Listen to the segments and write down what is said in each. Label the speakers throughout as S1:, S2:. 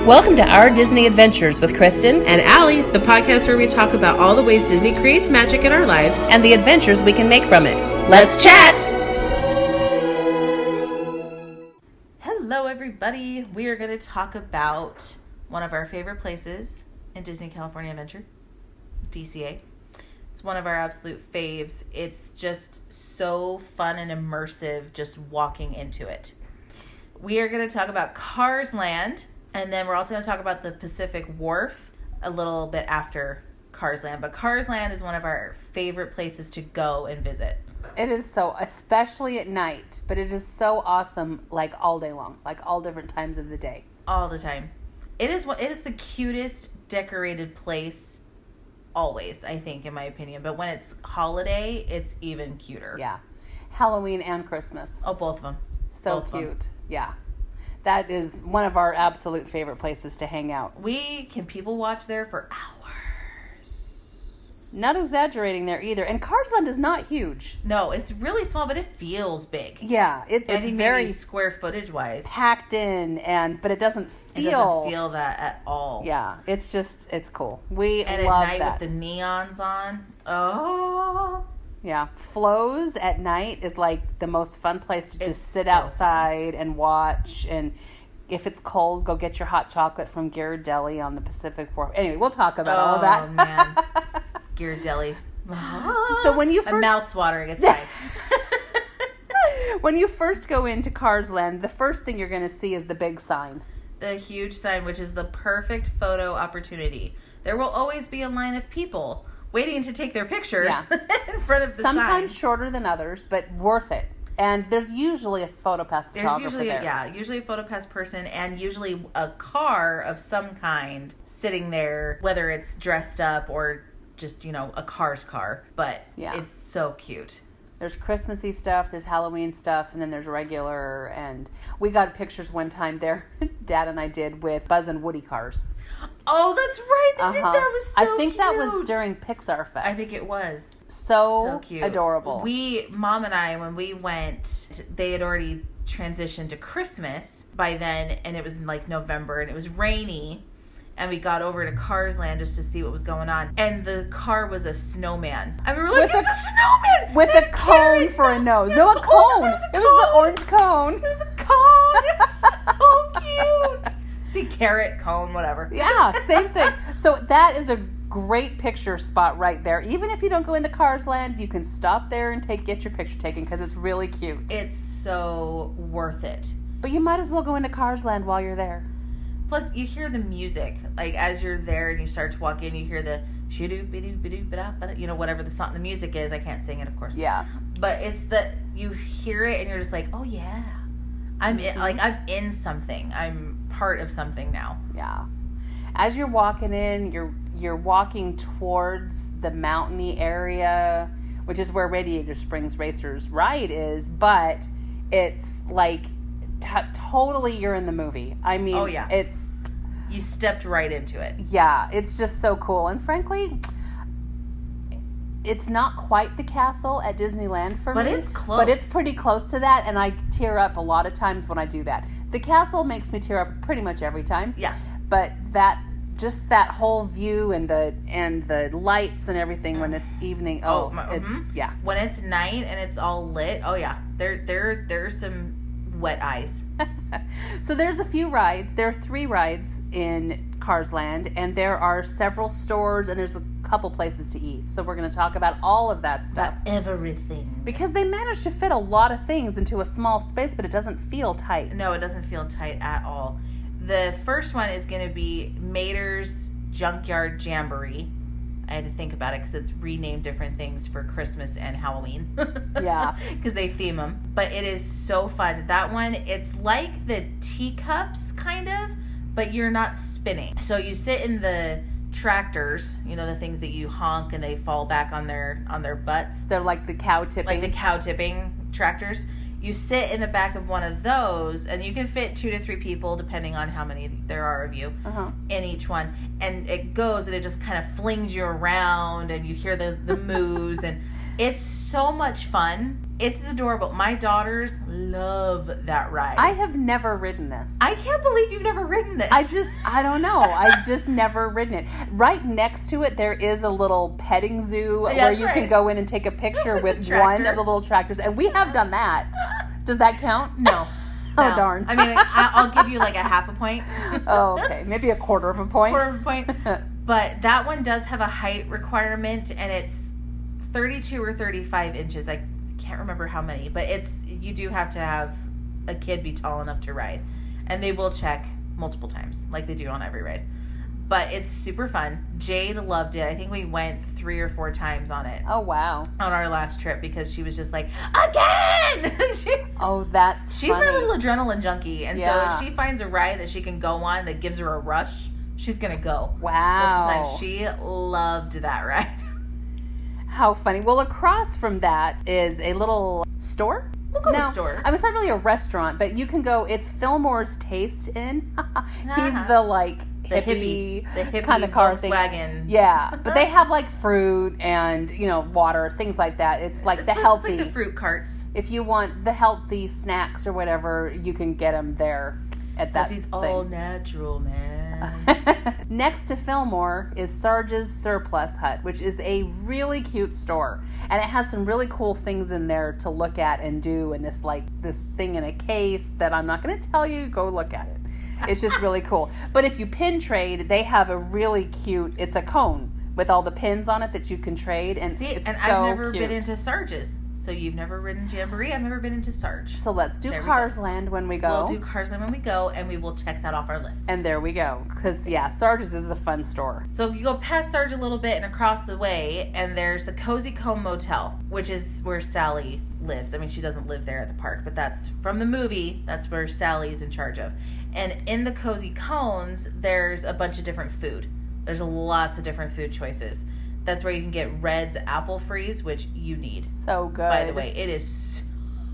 S1: Welcome to Our Disney Adventures with Kristen
S2: and Allie, the podcast where we talk about all the ways Disney creates magic in our lives.
S1: and the adventures we can make from it.
S2: Let's chat!
S3: Hello, everybody. We are going to talk about one of our favorite places in Disney California Adventure, DCA. It's one of our absolute faves. It's just so fun and immersive just walking into it. We are going to talk about Cars Land, and then we're also going to talk about the Pacific Wharf a little bit after Cars Land. But Cars Land is one of our favorite places to go and visit.
S4: It is so, especially at night, but it is so awesome like all day long, like all different times of the day.
S3: all the time. It is what it is the cutest decorated place always, I think in my opinion, but when it's holiday, it's even cuter.
S4: Yeah. Halloween and Christmas.
S3: Oh, both of them.
S4: So
S3: Both of 'em.
S4: cute. Yeah. That is one of our absolute favorite places to hang out.
S3: We can people watch there for hours.
S4: Not exaggerating there either. And Carsland is not huge.
S3: No, it's really small, but it feels big.
S4: Yeah, it,
S3: I
S4: it's
S3: think
S4: very
S3: maybe square footage wise.
S4: packed in and but it doesn't
S3: It
S4: feel
S3: doesn't feel that at all.
S4: Yeah, it's just it's cool. We
S3: And at
S4: love
S3: night
S4: that.
S3: with the neons on. Oh.
S4: Yeah, flows at night is like the most fun place to just
S3: It's
S4: sit
S3: so
S4: outside and watch. And if it's cold, go get your hot chocolate from Ghirardelli on the Pacific Wharf. Anyway, we'll talk about all of that.
S3: Oh, man. Ghirardelli. so
S4: So when you
S3: My
S4: first
S3: mouth's watering. It's fine.
S4: when you first go into Cars Land, the first thing you're going to see is the big sign.
S3: the huge sign, which is the perfect photo opportunity. There will always be a line of people waiting to take their pictures
S4: Yeah.
S3: in front of the
S4: Sometimes
S3: sign.
S4: shorter than others, but worth it. And there's usually a photo pass
S3: There's
S4: photographer
S3: usually
S4: there.
S3: yeah, usually a photo pass person and usually a car of some kind sitting there, whether it's dressed up or just you know a car's car. But
S4: Yeah.
S3: it's so cute.
S4: There's Christmassy stuff, there's Halloween stuff, and then there's regular. And we got pictures one time there, Dad and I did, with Buzz and Woody cars.
S3: Oh, that's right. They did
S4: Uh-huh.
S3: that was so
S4: I think that was
S3: cute.
S4: during Pixar Fest.
S3: I think it was.
S4: so,
S3: so cute
S4: adorable.
S3: we mom and i when we went they had already transitioned to christmas by then and it was in like november and it was rainy and we got over to Cars Land just to see what was going on. And the car was a snowman. And we were like,
S4: With a-
S3: it's a, snowman!
S4: with
S3: And
S4: a cone
S3: carrots!
S4: for a nose.
S3: Yeah,
S4: No, a
S3: oh,
S4: cone.
S3: that's right,
S4: It was the orange cone. It was a cone.
S3: cone. So cute. See, carrot, cone, whatever.
S4: yeah, same thing. So that is a great picture spot right there. Even if you don't go into Cars Land, you can stop there and take get your picture taken because it's really cute.
S3: It's so worth it.
S4: But you might as well go into Cars Land while you're there.
S3: Plus, you hear the music like as you're there and you start to walk in. You hear the shoo ba you know whatever the song, the music is. I can't sing it, of course.
S4: Yeah.
S3: But it's the you hear it and you're just like, oh yeah, I'm in,
S4: Mm-hmm.
S3: like I'm in something. I'm part of something now.
S4: Yeah. As you're walking in, you're you're walking towards the mountainy area, which is where Radiator Springs Racers ride is, but it's like t- totally you're in the movie. I mean,
S3: Oh, yeah.
S4: it's
S3: You stepped right into it.
S4: yeah, it's just so cool. And frankly, it's not quite the castle at Disneyland for
S3: But
S4: me.
S3: it's close.
S4: But it's pretty close to that, and I tear up a lot of times when I do that. The castle makes me tear up pretty much every time
S3: Yeah,
S4: but that just that whole view and the and the lights and everything when it's evening oh,
S3: Oh, my-
S4: it's
S3: mhm.
S4: yeah
S3: when it's night and it's all lit. Oh yeah, there there there's some wet eyes.
S4: so there's a few rides there are three rides in cars land and there are several stores and there's a couple places to eat so we're going to talk about all of that stuff
S3: Everything.
S4: because they managed to fit a lot of things into a small space but it doesn't feel tight
S3: No, it doesn't feel tight at all. The first one is going to be Mater's Junkyard Jamboree. I had to think about it because it's renamed different things for Christmas and Halloween.
S4: Yeah.
S3: because they theme them. But it is so fun. That one, it's like the teacups kind of, but you're not spinning. So you sit in the tractors, you know, the things that you honk and they fall back on their on their butts
S4: they're like the cow tipping
S3: like the cow tipping tractors. You sit in the back of one of those, and you can fit two to three people, depending on how many there are of you
S4: uh-huh.
S3: in each one. And it goes, and it just kind of flings you around, and you hear the the moves, and It's so much fun. It's adorable. My daughters love that ride.
S4: I have never ridden this.
S3: I can't believe you've never ridden this.
S4: I just, I don't know. I've just never ridden it. Right next to it, there is a little petting zoo
S3: Yeah,
S4: where
S3: that's
S4: you can
S3: right.
S4: go in and take a picture
S3: With
S4: with
S3: the
S4: one
S3: tractor.
S4: of the little tractors. And we have done that. Does that count?
S3: no.
S4: Oh,
S3: no.
S4: darn.
S3: I mean, I, I'll give you like a half a point.
S4: Oh, okay. Maybe a quarter of a point.
S3: Quarter of a point. But that one does have a height requirement, and it's 32 or 35 inches. I can't remember how many, but it's you do have to have a kid be tall enough to ride, and they will check multiple times, like they do on every ride. But it's super fun. Jade loved it. I think we went three or four times on it
S4: Oh, wow.
S3: on our last trip because she was just like again. And she-
S4: Oh, that's
S3: She's
S4: funny.
S3: my little adrenaline junkie, and
S4: Yeah.
S3: so if she finds a ride that she can go on that gives her a rush, she's gonna go.
S4: Wow.
S3: Multiple times. She loved that ride.
S4: How funny. Well, across from that is a little store.
S3: We'll go to the store.
S4: I mean, it's not really a restaurant, but you can go. It's Fillmore's Taste In. He's the like
S3: Uh-huh. the
S4: hippie,
S3: the hippie
S4: kind of car thing.
S3: Volkswagen.
S4: Yeah, but they have like fruit and you know water things like that. It's like
S3: It's
S4: the
S3: like-
S4: healthy.
S3: It's like the fruit carts.
S4: if you want the healthy snacks or whatever, you can get them there at that
S3: Because he's
S4: uh, thing.
S3: all natural, man.
S4: Next to Fillmore is Sarge's Surplus Hut, which is a really cute store, and it has some really cool things in there to look at and do, and this like this thing in a case that I'm not going to tell you. Go look at it. It's just really cool. But if you pin trade, they have a really cute. It's a cone with all the pins on it that you can trade, and
S3: See,
S4: it's
S3: and
S4: so
S3: I've never
S4: cute.
S3: been into Sarge's, so you've never ridden Jamboree. I've never been into Sarge.
S4: so let's do
S3: There we go.
S4: Cars Land when we go.
S3: We'll do Cars Land when we go, and we will check that off our list.
S4: and there we go, because yeah, Sarge's is a fun store.
S3: So you go past Sarge a little bit and across the way, and there's the Cozy Comb Motel, which is where Sally lives. I mean, she doesn't live there at the park, but that's from the movie. That's where Sally is in charge of. And in the Cozy Cones, there's a bunch of different food. There's lots of different food choices. That's where you can get Red's apple freeze, which you need.
S4: So good.
S3: By the way, it is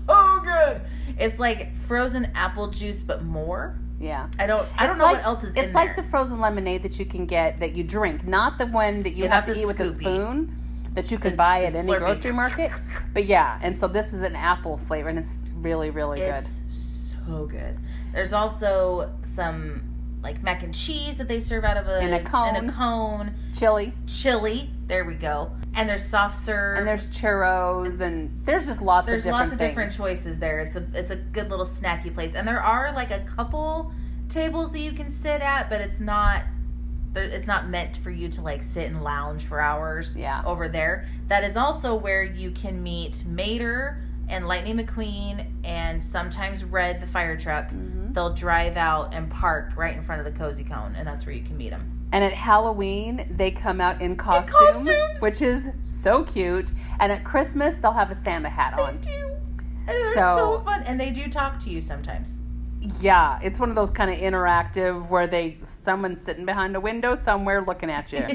S3: so good. It's like frozen apple juice, but more.
S4: yeah.
S3: I don't. I don't
S4: It's
S3: know
S4: like-
S3: what else is.
S4: It's
S3: in
S4: like
S3: there.
S4: the frozen lemonade that you can get that you drink, not the one that you
S3: Yeah,
S4: have
S3: not
S4: to
S3: the
S4: eat with a
S3: scoopy.
S4: spoon that you can buy at
S3: the
S4: any
S3: Slurpee.
S4: grocery market. But yeah, and so this is an apple flavor, and it's really, really
S3: It's so good. There's also some like mac and cheese that they serve out of a
S4: In a cone.
S3: in a cone.
S4: good. Chili,
S3: Chili. There we go. And there's soft serve.
S4: and there's churros, and there's just lots
S3: There's
S4: of different
S3: lots of
S4: things.
S3: different choices there. It's a it's a good little snacky place. And there are like a couple tables that you can sit at, but it's not there- it's not meant for you to like sit and lounge for hours
S4: Yeah.
S3: over there. That is also where you can meet Mater and Lightning McQueen and sometimes Red the fire truck.
S4: Mm-hmm.
S3: They'll drive out and park right in front of the cozy cone, and that's where you can meet them.
S4: And at Halloween, they come out in costume,
S3: costumes!
S4: which is so cute. And at Christmas, they'll have a Santa hat on.
S3: And they're
S4: So-
S3: so fun, and they do talk to you sometimes.
S4: Yeah, it's one of those kind of interactive where they someone's sitting behind a window somewhere looking at you.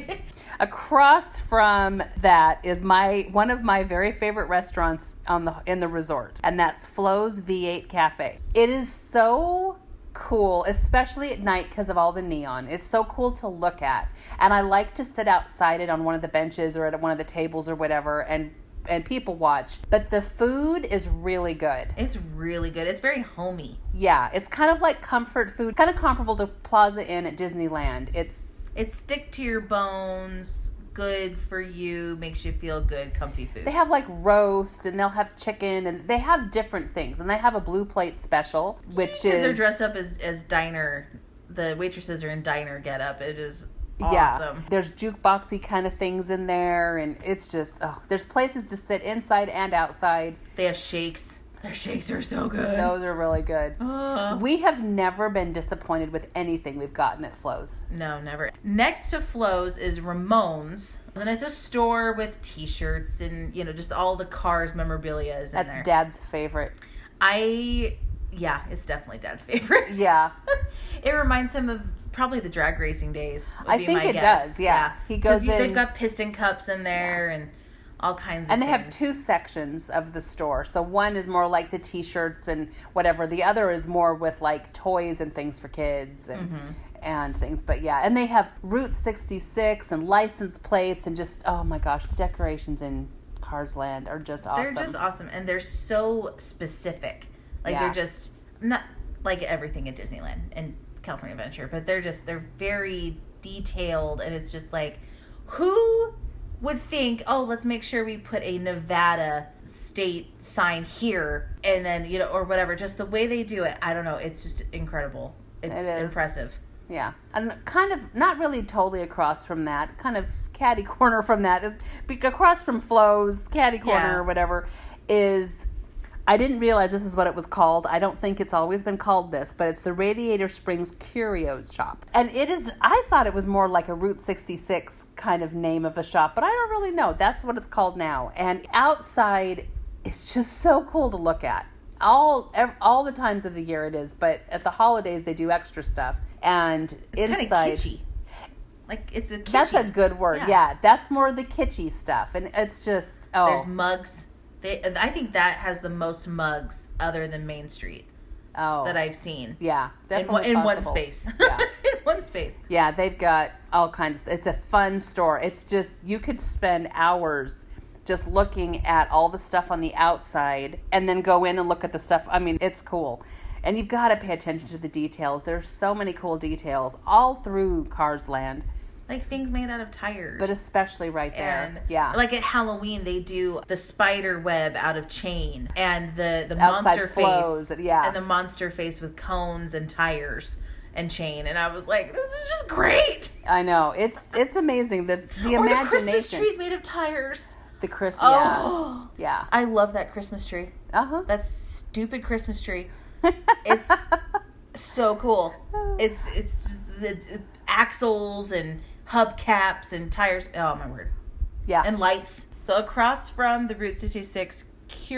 S4: Across from that is my one of my very favorite restaurants on the in the resort, and that's Flo's V8 Cafe. It is so cool, especially at night because of all the neon. It's so cool to look at, and I like to sit outside it on one of the benches or at one of the tables or whatever, and and people watch. But the food is really good.
S3: It's really good. It's very homey.
S4: Yeah, it's kind of like comfort food, kind of comparable to Plaza Inn at Disneyland. It's
S3: It's stick to your bones, good for you, makes you feel good, comfy food.
S4: they have like roast and they'll have chicken and they have different things and they have a blue plate special, which
S3: Because
S4: is
S3: they're dressed up as, as diner. The waitresses are in diner getup. It is
S4: yeah.
S3: awesome.
S4: There's jukeboxy kind of things in there and it's just oh, there's places to sit inside and outside.
S3: They have shakes. Their shakes are so good.
S4: Those are really good.
S3: Ah.
S4: We have never been disappointed with anything we've gotten at Flo's.
S3: No, never. Next to Flo's is Ramones, and it's a store with T-shirts and you know just all the cars memorabilia is in
S4: That's
S3: there.
S4: Dad's favorite.
S3: I yeah, it's definitely Dad's favorite.
S4: Yeah.
S3: it reminds him of probably the drag racing days. would
S4: I
S3: be
S4: think
S3: my
S4: it
S3: guess.
S4: does, yeah. He
S3: 'Cause
S4: goes
S3: you-
S4: in-
S3: They've got piston cups in there and all kinds. of
S4: And they have
S3: things.
S4: two sections of the store. So one is more like the T-shirts and whatever. The other is more with like toys and things for kids and
S3: Mm-hmm.
S4: and things. But yeah, and they have Route 66 and license plates and just oh my gosh, the decorations in Cars Land are just awesome.
S3: They're just awesome, and they're so specific. Like
S4: Yeah.
S3: they're just not like everything at Disneyland and California Adventure, but they're just they're very detailed, and it's just like who would think, oh, let's make sure we put a Nevada state sign here, and then you know, or whatever. Just the way they do it, I don't know. It's just incredible. It's
S4: It is.
S3: impressive.
S4: Yeah, and kind of not really totally across from that, kind of catty corner from that, be- across from Flo's catty corner
S3: Yeah.
S4: or whatever is. I didn't realize this is what it was called. I don't think it's always been called this, but it's the Radiator Springs Curio Shop. And it is, I thought it was more like a Route 66 kind of name of a shop, but I don't really know. That's what it's called now. And outside, it's just so cool to look at all ev- all the times of the year it is, but at the holidays they do extra stuff. And
S3: It's kind of
S4: inside,
S3: kitschy. Like it's a kitschy.
S4: that's a good word.
S3: Yeah.
S4: Yeah. that's more the kitschy stuff, and it's just oh,
S3: There's mugs. They, I think that has the most mugs other than Main Street
S4: oh,
S3: that I've seen.
S4: yeah,
S3: in one,
S4: definitely
S3: in one
S4: possible.
S3: space.
S4: Yeah.
S3: in one space.
S4: Yeah, they've got all kinds. It's a fun store. It's just you could spend hours just looking at all the stuff on the outside and then go in and look at the stuff. I mean, it's cool. And you've got to pay attention to the details. There's so many cool details all through Cars Land,
S3: Like things made out of tires.
S4: but especially right there.
S3: and
S4: yeah.
S3: like at Halloween they do the spider web out of chain and the the
S4: Outside
S3: monster
S4: flows,
S3: face
S4: yeah.
S3: and the monster face with cones and tires and chain and I was like this is just great
S4: I know. It's it's amazing the the
S3: or the
S4: imagination.
S3: Christmas trees made of tires
S4: The Chris-
S3: oh
S4: yeah.
S3: I love that Christmas tree
S4: Yeah. Uh-huh.
S3: that stupid Christmas tree it's so cool. It's it's, just, it's, it's axles and hubcaps and tires. Oh my word!
S4: yeah.
S3: And lights. So across from the Route 66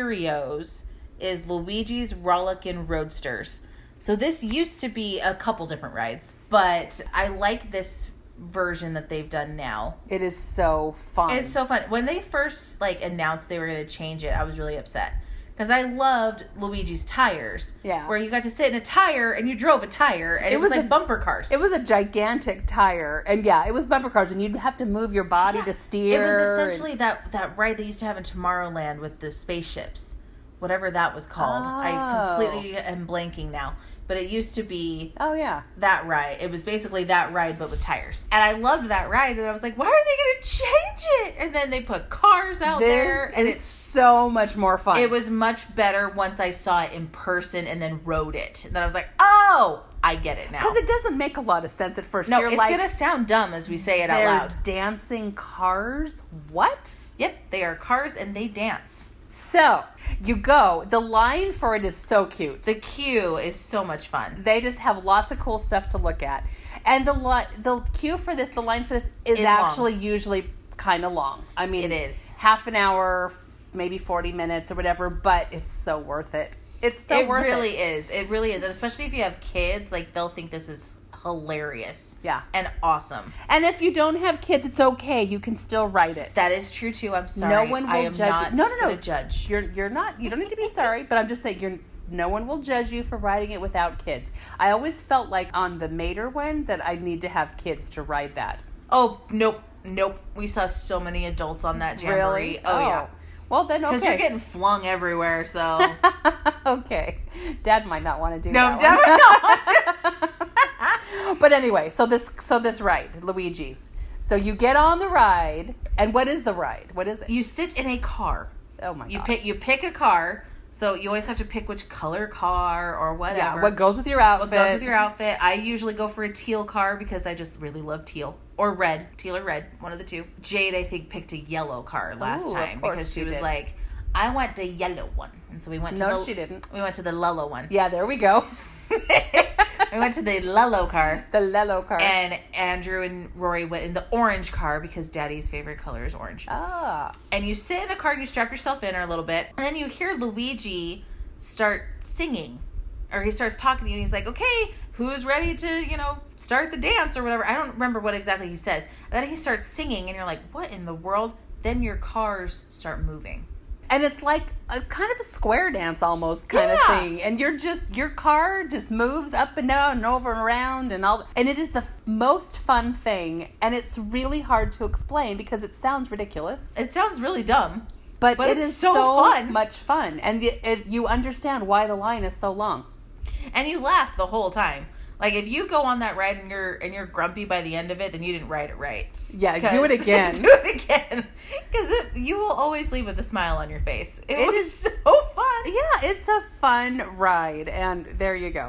S3: Curios is Luigi's Rollickin' Roadsters. So this used to be a couple different rides, but I like this version that they've done now.
S4: it is so fun.
S3: It's so fun. When they first like announced they were going to change it, I was really upset because I loved Luigi's tires.
S4: Yeah.
S3: where you got to sit in a tire and you drove a tire, and it, was,
S4: was
S3: like
S4: a-
S3: bumper cars.
S4: It was a gigantic tire, and yeah, it was bumper cars, and you'd have to move your body
S3: Yeah.
S4: to steer.
S3: It was
S4: and-
S3: essentially that that ride they used to have in Tomorrowland with the spaceships, whatever that was called. I
S4: Oh.
S3: completely am blanking now, but it used to be
S4: oh yeah,
S3: that ride. It was basically that ride, but with tires. And I loved that ride, and I was like, why are they going to change it? And then they put cars out there,
S4: this
S3: and
S4: is
S3: it
S4: so much more fun.
S3: It was much better once I saw it in person and then wrote it. And then I was like, oh, I get it now.
S4: because it doesn't make a lot of sense at first.
S3: no,
S4: You're
S3: it's
S4: like,
S3: gonna sound dumb as we say it out
S4: they're
S3: loud.
S4: dancing cars. What?
S3: Yep, they are cars and they dance.
S4: So you go. The line for it is so cute.
S3: The queue is so much fun.
S4: They just have lots of cool stuff to look at, and the li- the queue for this, the line for this is,
S3: Is long.
S4: actually usually kind of long. I mean,
S3: It is.
S4: half an hour, maybe forty minutes or whatever, but it's so worth it. It's so
S3: it
S4: worth
S3: really
S4: it.
S3: is. It really is. And especially if you have kids, like they'll think this is hilarious.
S4: Yeah.
S3: And awesome.
S4: And if you don't have kids, it's okay. You can still write it.
S3: That is true too. I'm sorry.
S4: No one will
S3: I am
S4: judge.
S3: Not
S4: you. No, no, no.
S3: gonna Judge.
S4: You're you're not. You don't need to be sorry. but I'm just saying you're. No one will judge you for writing it without kids. I always felt like on the Mater one that I need to have kids to write that.
S3: oh nope, nope. We saw so many adults on that jamboree.
S4: Really?
S3: Oh, yeah.
S4: Well then, okay.
S3: Because you're getting flung everywhere, so
S4: okay. Dad might not want to do
S3: No,
S4: that.
S3: definitely not.
S4: one. But anyway, so this so this ride, Luigi's. So you get on the ride, and what is the ride? What is it?
S3: you sit in a car.
S4: oh my
S3: You
S4: gosh.
S3: pick you pick a car. So you always have to pick which color car or whatever.
S4: yeah, what goes with your outfit?
S3: What goes with your outfit. I usually go for a teal car because I just really love teal or red, teal or red, one of the two. Jade, I think, picked a yellow car last
S4: Ooh, of
S3: time
S4: course
S3: because she,
S4: she
S3: was
S4: did.
S3: like, "I want the yellow one," and so we went. to
S4: No,
S3: the,
S4: she didn't.
S3: We went to the Lello one.
S4: Yeah, there we go.
S3: we went to the Lello car.
S4: The Lello car.
S3: And Andrew and Rory went in the orange car because Daddy's favorite color is orange.
S4: ah,
S3: and you sit in the car and you strap yourself in a little bit, and then you hear Luigi start singing, or he starts talking to you, and he's like, "Okay, who's ready to you know start the dance or whatever?" I don't remember what exactly he says. And then he starts singing, and you're like, "What in the world?" Then your cars start moving.
S4: and it's like a kind of a square dance almost kind
S3: Yeah.
S4: of thing, and you're just your car just moves up and down and over and around and all, and it is the f- most fun thing, and it's really hard to explain because it sounds ridiculous,
S3: It sounds really dumb,
S4: But,
S3: But
S4: it
S3: it's
S4: is
S3: so
S4: so,
S3: fun.
S4: much fun, and the, it, you understand why the line is so long.
S3: and you laugh the whole time. Like if you go on that ride and you're and you're grumpy by the end of it, then you didn't ride it right.
S4: Yeah,
S3: 'Cause-
S4: do it again.
S3: do it again. Because you will always leave with a smile on your face. It,
S4: It
S3: was
S4: is-
S3: so fun.
S4: Yeah, it's a fun ride, and there you go.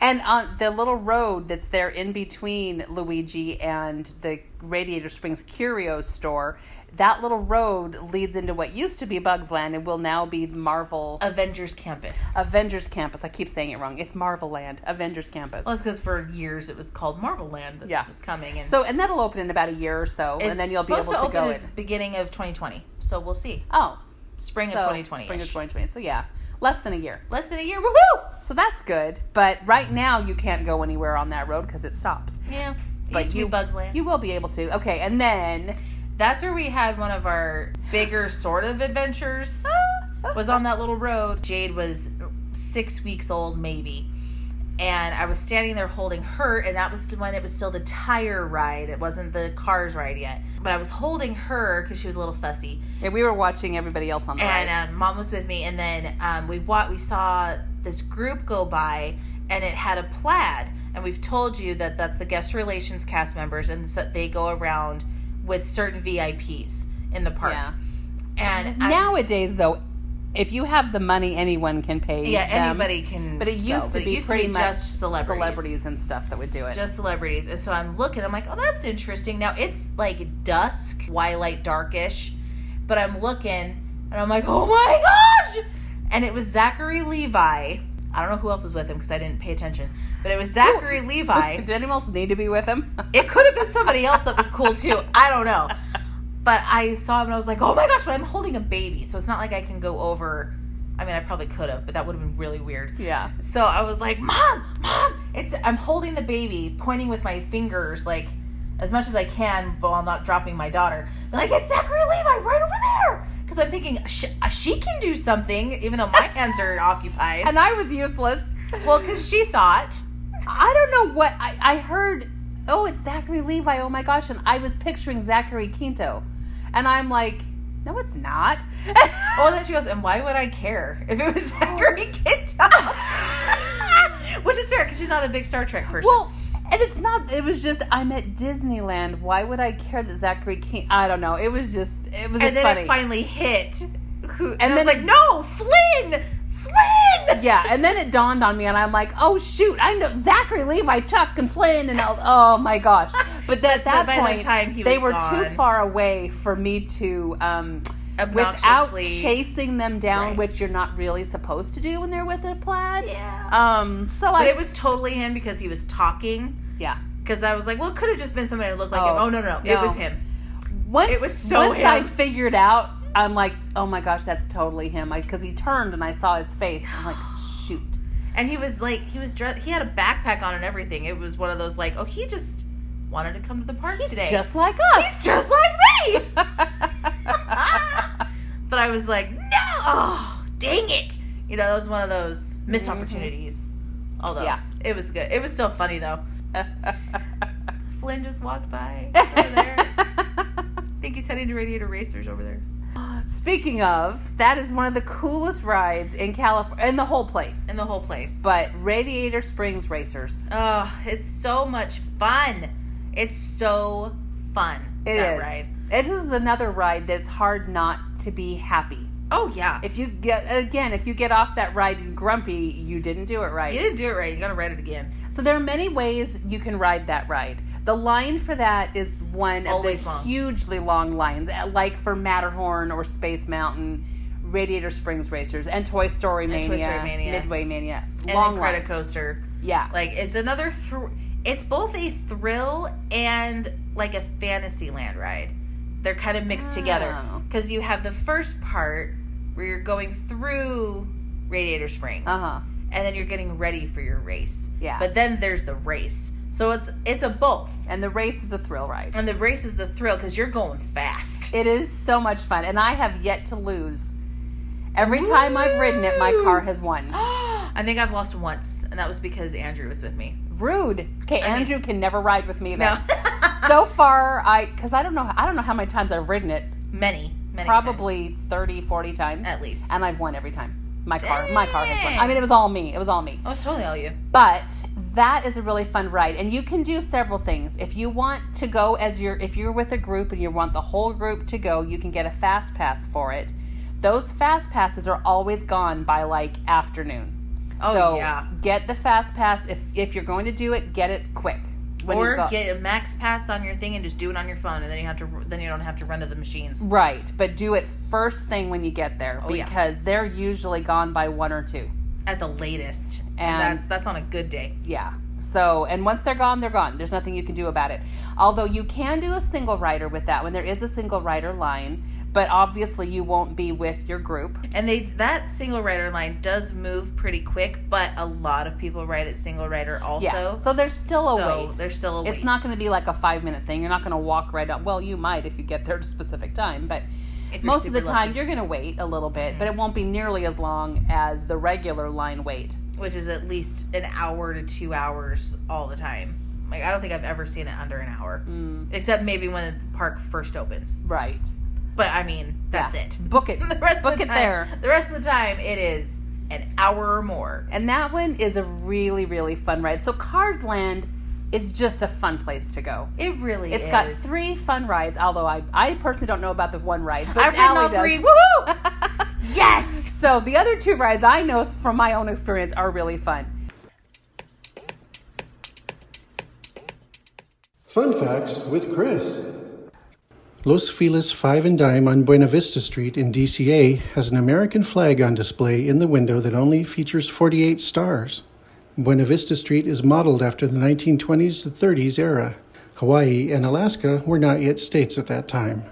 S4: And on the little road that's there in between Luigi and the Radiator Springs Curio store, that little road leads into what used to be Bugs Land and will now be Marvel
S3: Avengers Campus.
S4: Avengers Campus. I keep saying it wrong. It's Marvel Land, Avengers Campus.
S3: well, that's because for years it was called Marvel Land that
S4: Yeah.
S3: was coming. And
S4: so, and that'll open in about a year or so,
S3: it's
S4: and then you'll be able
S3: supposed
S4: to,
S3: open
S4: go
S3: at
S4: in.
S3: the beginning of 2020. So we'll see.
S4: Oh,
S3: Spring
S4: so
S3: of 2020.
S4: Spring of 2020. So yeah, less than a year.
S3: Less than a year. Woohoo!
S4: So that's good. But right now you can't go anywhere on that road because it stops.
S3: Yeah. It
S4: But
S3: used to be
S4: you-
S3: Bugs Land.
S4: You will be able to. Okay, and then
S3: That's where we had one of our bigger sort of adventures. was on that little road. Jade was six weeks old, maybe. And I was standing there holding her, and that was when it was still the tire ride. It wasn't the car's ride yet. But I was holding her because she was a little fussy.
S4: and we were watching everybody else on the ride.
S3: And um, mom was with me, and then um, we wa- we saw this group go by, and it had a plaid. And we've told you that that's the guest relations cast members, and so they go around with certain VIPs in the park.
S4: Yeah.
S3: And I-
S4: Nowadays, though, if you have the money, anyone can pay.
S3: Yeah,
S4: them.
S3: anybody can
S4: But it
S3: go, but
S4: used to
S3: it
S4: be
S3: used to
S4: pretty
S3: be
S4: much
S3: just celebrities.
S4: and stuff that would do it.
S3: just celebrities. And so I'm looking, I'm like, oh, that's interesting. Now it's like dusk, twilight, darkish, but I'm looking and I'm like, oh my gosh! And it was Zachary Levi. I don't know who else was with him because I didn't pay attention, but it was Zachary Levi.
S4: Did anyone else need to be with him?
S3: It could have been somebody else that was cool too. I don't know. But I saw him and I was like, oh my gosh, but I'm holding a baby. So it's not like I can go over. I mean, I probably could have, but that would have been really weird.
S4: yeah.
S3: So I was like, "Mom, mom!" It's I'm holding the baby, pointing with my fingers like as much as I can while not dropping my daughter. Then I get Zachary Levi right over there because I'm thinking she, she can do something, even though my hands are occupied.
S4: And I was useless.
S3: well, because she thought
S4: I don't know what I, I heard. Oh, it's Zachary Levi. Oh my gosh! And I was picturing Zachary Quinto, and I'm like, no, it's not.
S3: Well, "Oh," then she goes, and why would I care if it was Zachary Quinto? Which is fair because she's not a big Star Trek person.
S4: Well, and it's not. It was just I'm at Disneyland. Why would I care that Zachary King? I don't know. It was just. It was
S3: and
S4: just
S3: then
S4: funny.
S3: it finally hit. Who, and,
S4: And
S3: I was
S4: then
S3: like,
S4: it-
S3: no, Flynn, Flynn.
S4: yeah, and then it dawned on me, and I'm like, oh shoot, I know Zachary Levi, Chuck, and Flynn, and all, oh my gosh. But at that
S3: by the
S4: point,
S3: time he
S4: they
S3: was
S4: were
S3: gone.
S4: too far away for me to. Um, Without
S3: Obnoxiously-
S4: chasing them down,
S3: Right.
S4: which you're not really supposed to do when they're with a plaid.
S3: Yeah.
S4: Um. So I.
S3: But it was totally him because he was talking.
S4: yeah.
S3: Because I was like, well, it could have just been somebody who looked like him.
S4: Oh,
S3: Oh no, no, it
S4: no.
S3: was him.
S4: Once
S3: It was so
S4: once I
S3: him.
S4: figured out, I'm like, oh my gosh, that's totally him. Because he turned and I saw his face. I'm like, shoot.
S3: And he was like, he was dressed. He had a backpack on and everything. It was one of those like, oh, he just wanted to come to the park
S4: He's
S3: today.
S4: just like
S3: He's
S4: us.
S3: just like me. but I was like, no, oh, dang it. You know, that was one of those missed opportunities. Although
S4: Mm-hmm. Yeah.
S3: it was good. It was still funny though. Flynn just walked by over there. I think he's heading to Radiator Racers over there.
S4: Speaking of, that is one of the coolest rides in California, in the whole place.
S3: And the whole place.
S4: But Radiator Springs Racers.
S3: Oh, it's so much fun. It's so fun.
S4: It
S3: that
S4: is.
S3: ride.
S4: It is another ride that's hard not to be happy.
S3: Oh yeah.
S4: If you get again, if you get off that ride grumpy, you didn't do it right.
S3: you didn't do it right. You gotta write it again.
S4: So there are many ways you can ride that ride. The line for that is one of
S3: Always
S4: the
S3: long.
S4: hugely long lines, uh, like for Matterhorn or Space Mountain, Radiator Springs Racers, and Toy Story Mania,
S3: Toy Story Mania.
S4: Midway Mania.
S3: and
S4: long
S3: then credit
S4: lines.
S3: coaster.
S4: Yeah.
S3: Like it's another thr- it's both a thrill and like a fantasyland ride. They're kind of mixed together
S4: Oh.
S3: because you have the first part where you're going through Radiator Springs,
S4: Uh huh.
S3: and then you're getting ready for your race.
S4: Yeah.
S3: But then there's the race, so it's it's a both,
S4: And the race is a thrill ride.
S3: and the race is the thrill because you're going fast.
S4: It is so much fun, and I have yet to lose. Every time I've ridden it, my car has won.
S3: I think I've lost once, and that was because Andrew was with me.
S4: Rude. Okay, Andrew can never ride with me.
S3: No,
S4: Then. so far, I because I don't know I don't know how many times I've ridden it.
S3: many, Many
S4: probably Um, thirty, forty 30, 40 times.
S3: At least.
S4: And I've won every time. My car, my car has won. I mean, it was all me. It was all me.
S3: Oh, it's totally all you.
S4: But that is a really fun ride, and you can do several things. If you want to go as your, if you're with a group and you want the whole group to go, you can get a fast pass for it. Those fast passes are always gone by like afternoon.
S3: Oh,
S4: so
S3: yeah.
S4: get the fast pass if if you're going to do it. Get it quick. When you
S3: or
S4: go.
S3: get a max pass on your thing and just do it on your phone, and then you have to then you don't have to run to the machines.
S4: Right, but do it first thing when you get there
S3: Oh, yeah.
S4: because they're usually gone by one or two.
S3: at the latest.
S4: And-
S3: And that's that's on a good day.
S4: Yeah. So, and once they're gone, they're gone. There's nothing you can do about it. Although you can do a single rider with that one. There is a single rider line, but obviously you won't be with your group.
S3: And they that single rider line does move pretty quick, but a lot of people ride at single rider also.
S4: Yeah. So there's still a
S3: So
S4: wait.
S3: There's still a wait.
S4: It's not going to be like a five minute thing. You're not going to walk right up. Well, you might if you get there at a specific time, but
S3: If you're
S4: most of the
S3: super
S4: time
S3: lucky. Mm-hmm.
S4: you're going to wait a little bit, but it won't be nearly as long as the regular line wait.
S3: which is at least an hour to two hours all the time. Like I don't think I've ever seen it under an hour, mm. except maybe when the park first opens.
S4: Right.
S3: But I mean, that's
S4: Yeah.
S3: it.
S4: Book it.
S3: The rest
S4: Book
S3: of the
S4: it
S3: time,
S4: there.
S3: the rest of the time, it is an hour or more.
S4: And that one is a really, really fun ride. So Cars Land is just a fun place to go.
S3: It really
S4: It's
S3: is.
S4: got three fun rides, although I, I personally don't know about the one ride. But
S3: I've ridden
S4: Allie
S3: all three.
S4: does.
S3: Woohoo! yes.
S4: So the other two rides I know from my own experience are really fun.
S5: Fun Facts with Chris. Los Feliz Five and Dime on Buena Vista Street in DCA has an American flag on display in the window that only features 48 stars. Buena Vista Street is modeled after the 1920s to 30s era. Hawaii and Alaska were not yet states at that time.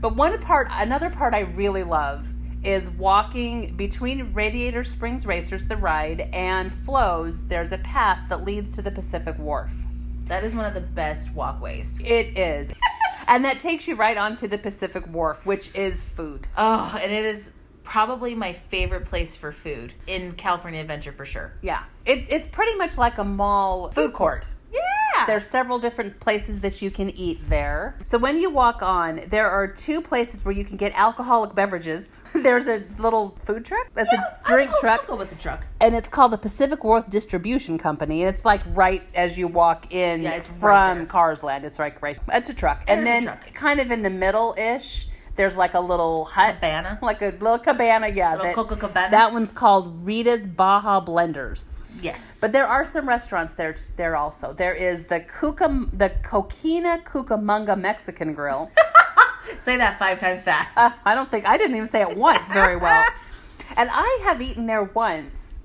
S4: But one part, another part I really love is walking between Radiator Springs Racers, the ride, and Flows. There's a path that leads to the Pacific Wharf.
S3: That is one of the best walkways.
S4: It is. and that takes you right onto the Pacific Wharf, which is food.
S3: Oh, and it is probably my favorite place for food in California Adventure for sure.
S4: Yeah, it, it's pretty much like a mall food court.
S3: Yeah.
S4: There's several different places that you can eat there. So when you walk on, there are two places where you can get alcoholic beverages. There's a little food truck. It's a drink truck,
S3: Go with the truck.
S4: and it's called the Pacific Wharf Distribution Company. And it's like right as you walk in
S3: Yeah, it's right
S4: from
S3: there.
S4: Cars Land. It's like right. It's a truck, and
S3: There's a
S4: then
S3: truck.
S4: kind of in the middle ish. There's like a little hut,
S3: Cabana?
S4: like a little cabana, yeah.
S3: Little
S4: that-
S3: Coca Cabana?
S4: That one's called Rita's Baja Blenders.
S3: Yes.
S4: But there are some restaurants there there also. There is the Cucum the Coquina Cucamonga Mexican Grill.
S3: Say that five times fast.
S4: I don't think I didn't even say it once very well. And I have eaten there once.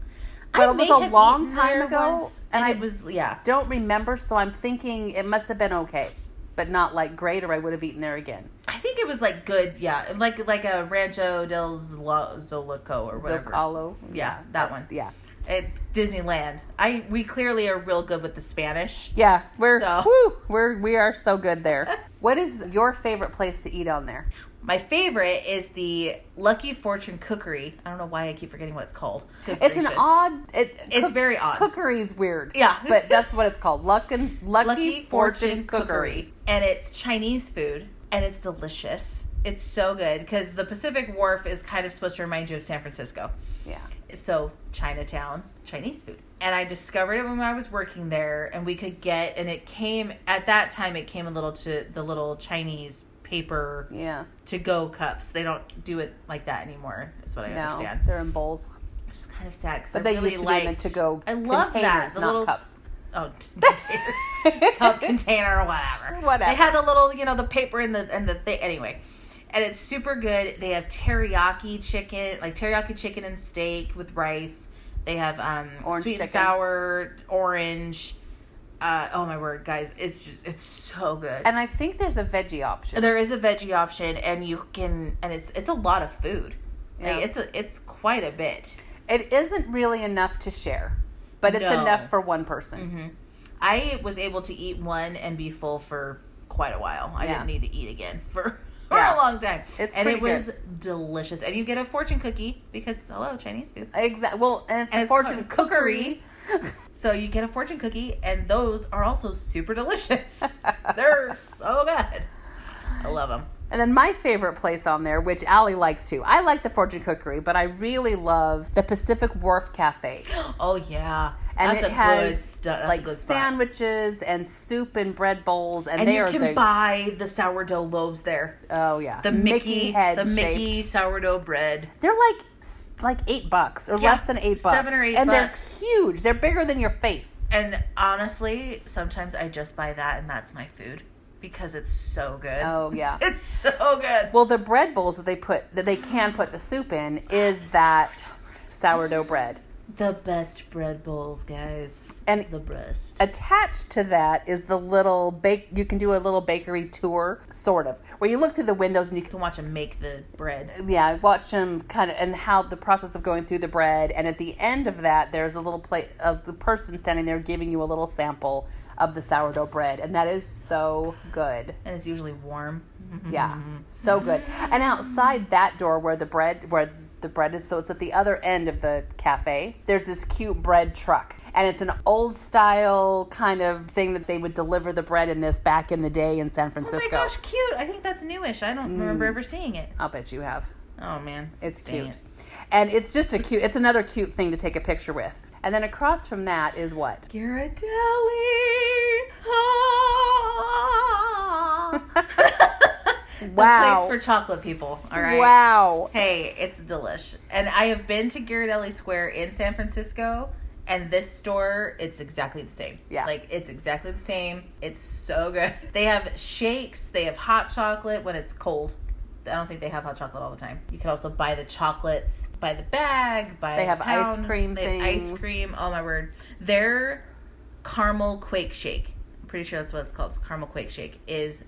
S4: But it was
S3: may
S4: a
S3: have
S4: long
S3: eaten
S4: time
S3: there
S4: ago
S3: once,
S4: and,
S3: and,
S4: I
S3: it was yeah.
S4: don't remember so I'm thinking it must have been okay, but not like great or I would have eaten there again.
S3: I think it was like good, yeah, like like a Rancho del Zlo- Zoloco or whatever.
S4: Zocalo.
S3: Yeah, that one.
S4: Yeah.
S3: At Disneyland, I we clearly are real good with the Spanish.
S4: Yeah, we're
S3: So-
S4: whew, we're we are so good there. what is your favorite place to eat on there?
S3: My favorite is the Lucky Fortune Cookery. I don't know why I keep forgetting what it's called. Good
S4: It's an
S3: gracious.
S4: odd. It,
S3: It's very odd.
S4: Cookery's weird.
S3: Yeah.
S4: but that's what it's called. Luck and lucky,
S3: Lucky
S4: fortune,
S3: Fortune
S4: cookery.
S3: Cookery. And it's Chinese food and it's delicious. It's so good because the Pacific Wharf is kind of supposed to remind you of San Francisco.
S4: Yeah,
S3: So, Chinatown, Chinese food. And I discovered it when I was working there and we could get, and it came, at that time, it came a little to the little Chinese paper
S4: yeah.
S3: to go cups. They don't do it like that anymore, is what I
S4: No,
S3: understand.
S4: they're in bowls,
S3: Which is kind of sad because I
S4: but they
S3: really
S4: used to be in
S3: liked
S4: the to-go
S3: I love that.
S4: containers,
S3: The
S4: not
S3: little
S4: cups.
S3: Oh, t- container, cup container, or whatever.
S4: Whatever.
S3: They had the little, you know, the paper and the and the thing. Anyway, and it's super good. They have teriyaki chicken, like teriyaki chicken and steak with rice. They have um
S4: Orange
S3: sweet and
S4: chicken.
S3: sour, orange. Uh, oh my word, guys! It's just it's so good.
S4: And I think there's a veggie option.
S3: there is a veggie option, and you can, and it's it's a lot of food.
S4: Yeah.
S3: Like, it's a, it's quite a bit.
S4: It isn't really enough to share, but it's
S3: No.
S4: enough for one person.
S3: I was able to eat one and be full for quite a while. I
S4: Yeah.
S3: didn't need to eat again for, for a
S4: Yeah.
S3: long time.
S4: It's
S3: and it
S4: pretty
S3: was delicious. And you get a fortune cookie because hello Chinese food.
S4: Exactly. Well, and it's
S3: Mm-hmm. And
S4: the
S3: it's
S4: fortune
S3: called cookery.
S4: cookery,
S3: So you get a fortune cookie, and those are also super delicious. They're so good. I love them.
S4: And then my favorite place on there, which Allie likes too. I like the Fortune Cookery, but I really love the Pacific Wharf Cafe.
S3: Oh yeah,
S4: And
S3: that's
S4: it
S3: a good
S4: has
S3: stu- that's a
S4: like
S3: good spot.
S4: sandwiches and soup and bread bowls, and,
S3: And
S4: they
S3: you
S4: are
S3: can
S4: the,
S3: buy the sourdough loaves there.
S4: oh yeah
S3: The Mickey,
S4: head
S3: the Mickey
S4: shaped.
S3: sourdough bread.
S4: They're like s- like eight bucks or
S3: Yeah,
S4: less than eight bucks,
S3: seven or eight
S4: and
S3: bucks.
S4: they're huge. They're bigger than your face.
S3: And honestly, sometimes I just buy that, and that's my food because it's so good.
S4: Oh yeah.
S3: It's so good.
S4: Well, the bread bowls that they put that they can put the soup in is that sourdough bread.
S3: The best bread bowls, guys.
S4: And
S3: The best.
S4: attached to that is the little bake. You can do a little bakery tour, sort of, where you look through the windows and you
S3: You
S4: can
S3: can watch them make the bread.
S4: yeah watch them kind of and how the process of going through the bread. And at the end of that, there's a little plate of the person standing there giving you a little sample of the sourdough bread, and that is so good.
S3: and it's usually warm.
S4: Yeah,
S3: Mm-hmm.
S4: so good. And outside that door where the bread where the bread is, so it's at the other end of the cafe. There's this cute bread truck, and it's an old style kind of thing that they would deliver the bread in this back in the day in San
S3: Oh my
S4: Francisco.
S3: gosh, cute! I think that's newish. I don't remember ever seeing it.
S4: I'll bet you have.
S3: Oh man,
S4: Mm. It's
S3: Dang
S4: cute,
S3: it.
S4: and it's just a cute. It's another cute thing to take a picture with. And then across from that is what?
S3: Ghirardelli. Ah.
S4: Wow.
S3: The place for chocolate people. All right.
S4: Wow.
S3: Hey, it's delish. And I have been to Ghirardelli Square in San Francisco, and this store, it's exactly the same.
S4: Yeah.
S3: Like, it's exactly the same. It's so good. They have shakes, they have hot chocolate when it's cold. I don't think they have hot chocolate all the time. You can also buy the chocolates by the bag, by
S4: They
S3: the
S4: have ice
S3: pound.
S4: cream
S3: They have ice
S4: things.
S3: cream. Oh my word. Their caramel quake shake, I'm pretty sure that's what it's called. It's caramel quake shake, is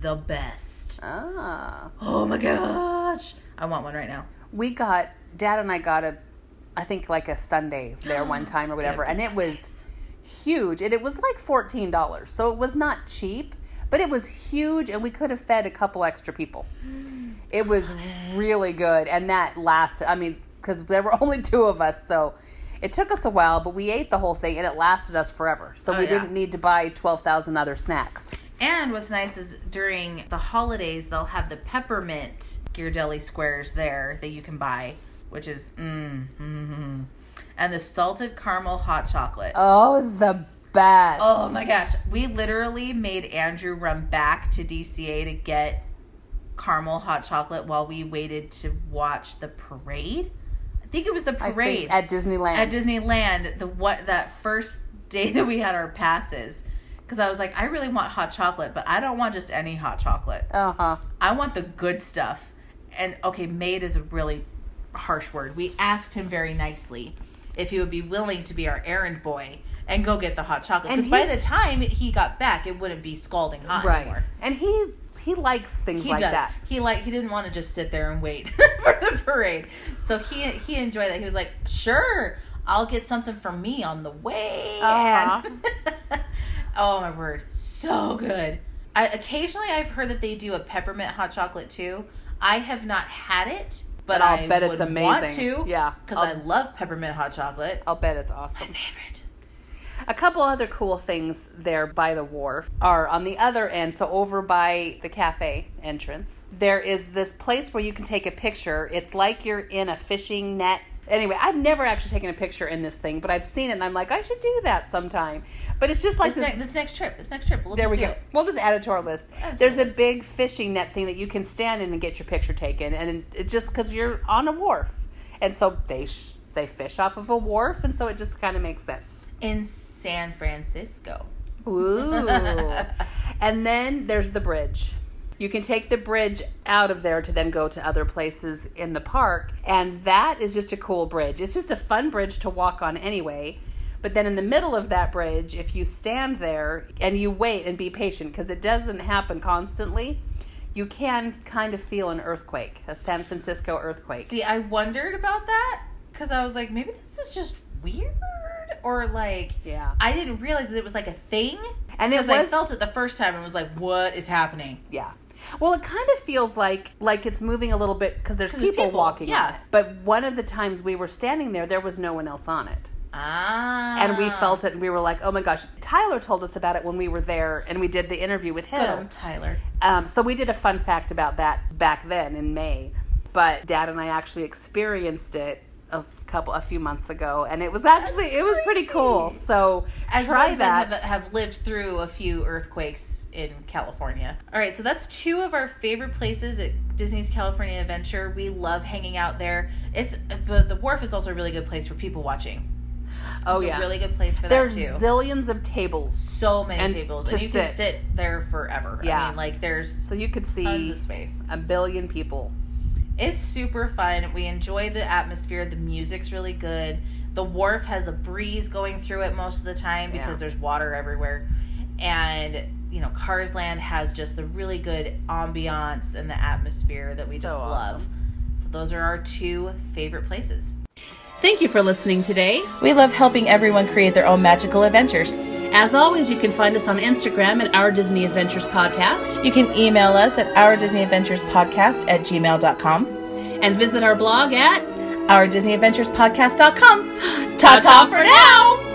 S3: the best.
S4: Ah.
S3: Oh my gosh. I want one right now.
S4: we got dad and I got a I think like a Sunday there one time or whatever and it was huge and it was like $14 so it was not cheap but it was huge and we could have fed a couple extra people it was really good and that lasted I mean because there were only two of us so it took us a while but we ate the whole thing and it lasted us forever so we
S3: Oh, yeah.
S4: didn't need to buy 12,000 other snacks
S3: And what's nice is during the holidays, they'll have the peppermint Ghirardelli squares there that you can buy, which is mm, mm, mm. and the salted caramel hot chocolate. Oh.
S4: oh it was the best
S3: my gosh, we literally made Andrew run back to DCA to get caramel hot chocolate while we waited to watch the parade. I think it was the
S4: I think
S3: parade
S4: at Disneyland
S3: at Disneyland the what that first day that we had our passes because I was like I really want hot chocolate but I don't want just any hot chocolate
S4: uh-huh
S3: I want the good stuff and okay made is a really harsh word we asked him very nicely if he would be willing to be our errand boy and go get the hot chocolate
S4: And
S3: because by
S4: he-
S3: the time he got back it wouldn't be scalding hot anymore
S4: And he he likes things
S3: he
S4: like
S3: does.
S4: that.
S3: He like he didn't want to just sit there and wait for the parade. So he he enjoyed that. He was like, "Sure, I'll get something for me on the way."
S4: Uh-huh.
S3: And- oh my word, so good. I, occasionally, I've heard that they do a peppermint hot chocolate too. I have not had it, but
S4: I'll
S3: I
S4: bet it's
S3: would
S4: amazing.
S3: want to.
S4: Yeah.
S3: because I
S4: I'll-
S3: love peppermint hot chocolate.
S4: I'll bet it's awesome.
S3: Favorite.
S4: A couple other cool things there by the wharf are on the other end, so over by the cafe entrance, there is this place where you can take a picture. It's like you're in a fishing net. Anyway, I've never actually taken a picture in this thing, but I've seen it and I'm like, I should do that sometime. But it's just like
S3: This, ne- this next trip. This next trip. We'll
S4: There
S3: just
S4: we
S3: do
S4: go.
S3: it.
S4: We'll just add it to our list. There's a big fishing net thing that you can stand in and get your picture taken, and it just because you're on a wharf, and so they sh- they fish off of a wharf, and so it just kind of makes sense.
S3: in San Francisco.
S4: Ooh. and then there's the bridge. You can take the bridge out of there to then go to other places in the park. And that is just a cool bridge. It's just a fun bridge to walk on anyway. But then in the middle of that bridge, if you stand there and you wait and be patient, because it doesn't happen constantly, you can kind of feel an earthquake, a San Francisco earthquake.
S3: See, I wondered about that because I was like, maybe this is just weird, or like,
S4: Yeah.
S3: I didn't realize that it was like a thing.
S4: And it
S3: 'Cause I
S4: was-
S3: felt it the first time and was like, what is happening?
S4: Yeah. Well, it kind of feels like like it's moving a little bit because there's
S3: 'Cause there's
S4: people,
S3: people,
S4: walking. on
S3: yeah.
S4: it. But one of the times we were standing there, there was no one else on it,
S3: Ah,
S4: and we felt it and we were like, oh my gosh. Tyler told us about it when we were there and we did the interview with
S3: Good
S4: him.
S3: old Oh, Tyler.
S4: Um, so we did a fun fact about that back then in May, but Dad and I actually experienced it a couple a few months ago, and it was actually it was pretty cool. So
S3: As
S4: try
S3: one of
S4: that.
S3: them have, have lived through a few earthquakes in California. All right, so that's two of our favorite places at Disney's California Adventure. We love hanging out there. It's but the wharf is also a really good place for people watching.
S4: oh
S3: It's
S4: yeah,
S3: a really good place for
S4: there's
S3: that too.
S4: zillions of tables,
S3: so many
S4: and
S3: tables,
S4: to
S3: and you can
S4: sit.
S3: sit there forever. I
S4: Yeah.
S3: mean, like there's
S4: so you could
S3: tons
S4: see
S3: of space.
S4: a billion people.
S3: It's super fun. We enjoy the atmosphere. The music's really good. The wharf has a breeze going through it most of the time because
S4: Yeah.
S3: there's water everywhere. And, you know, Cars Land has just the really good ambiance and the atmosphere that we
S4: So
S3: just love. So, those are our two favorite places.
S1: Thank you for listening today.
S3: We love helping everyone create their own magical adventures.
S1: As always, you can find us on Instagram at Our Disney Adventures Podcast
S3: You can email us at Our Disney Adventures Podcast at gmail.com,
S1: and visit our blog at
S3: Our Disney Adventures Podcast.com. Ta
S1: Ta-ta
S3: ta for now!